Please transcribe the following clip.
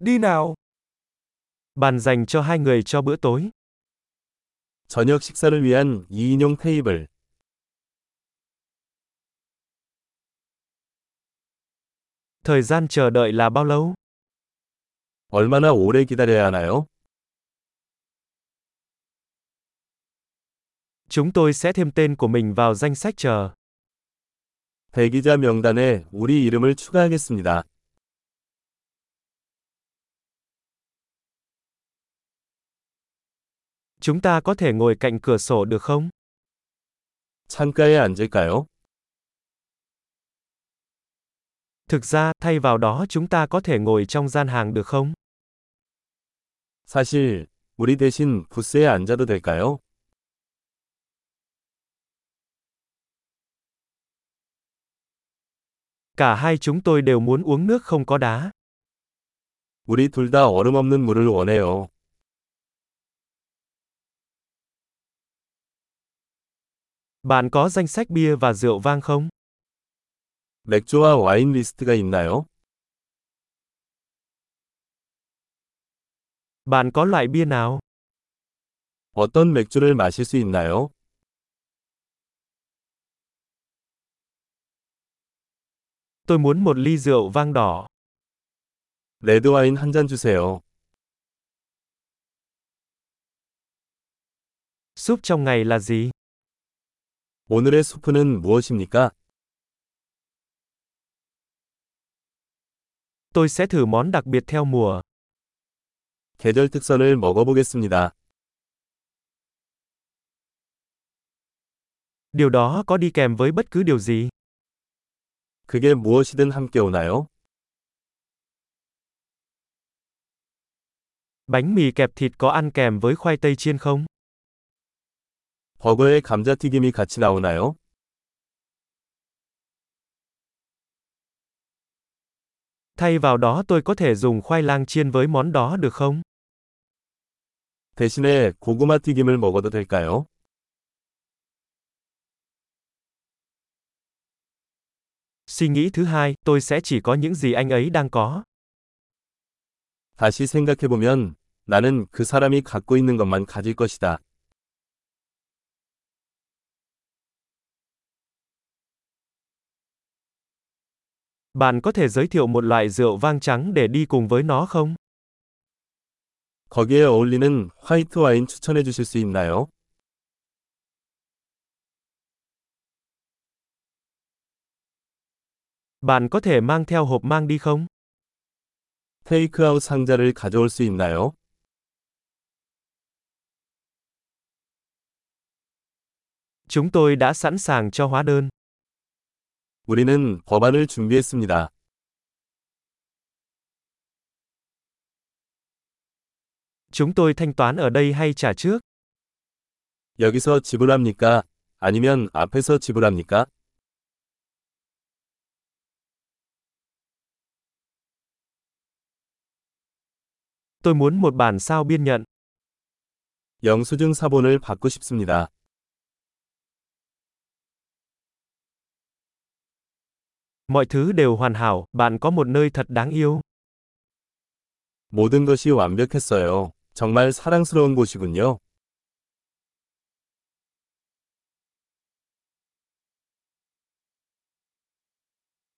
đi nào. Bàn dành cho hai người cho bữa tối. 저녁 식사를 위한 2인용 테이블. Thời gian chờ đợi là bao lâu? 얼마나 오래 기다려야 하나요? Chúng tôi sẽ thêm tên của mình vào danh sách chờ. 대기자 명단에 우리 이름을 추가하겠습니다. Chúng ta có thể ngồi cạnh cửa sổ được không? 창가에 앉을까요? Thực ra, thay vào đó chúng ta có thể ngồi trong gian hàng được không? 사실, 우리 대신 부스에 앉아도 될까요? Cả hai chúng tôi đều muốn uống nước không có đá. 우리 둘 다 얼음 없는 물을 원해요. Bạn có danh sách bia và rượu vang không? 맥주와 와인 리스트가 있나요? Bạn có loại bia nào? 어떤 맥주를 마실 수 있나요? Tôi muốn một ly rượu vang đỏ. 레드 와인 한 잔 주세요. Súp trong ngày là gì? 오늘의 수프는 무엇입니까? Tôi sẽ thử món đặc biệt theo mùa. 계절 특선을 먹어보겠습니다. Điều đó có đi kèm với bất cứ điều gì? 그게 무엇이든 함께 오나요? Bánh mì kẹp thịt có ăn kèm với khoai tây chiên không? 버거에 감자튀김이 같이 나오나요? Thay vào đó tôi có thể dùng khoai lang chiên với món đó được không? 대신에 고구마 튀김을 먹어도 될까요? Suy nghĩ thứ hai, tôi sẽ chỉ có những gì anh ấy đang có. 다시 생각해보면 나는 그 사람이 갖고 있는 것만 가질 것이다. Bạn có thể giới thiệu một loại rượu vang trắng để đi cùng với nó không? 거기에 어울리는 화이트 와인 추천해 주실 수 있나요? Bạn có thể mang theo hộp mang đi không? 테이크아웃 상자를 가져올 수 있나요? Chúng tôi đã sẵn sàng cho hóa đơn. 우리는 법안을 준비했습니다. Chúng tôi thanh toán ở đây hay trả trước? 여기서 지불합니까? 아니면 앞에서 지불합니까? Tôi muốn một bản sao biên nhận. 영수증 사본을 받고 싶습니다. Mọi thứ đều hoàn hảo, bạn có một nơi thật đáng yêu. 모든 것이 완벽했어요. 정말 사랑스러운 곳이군요.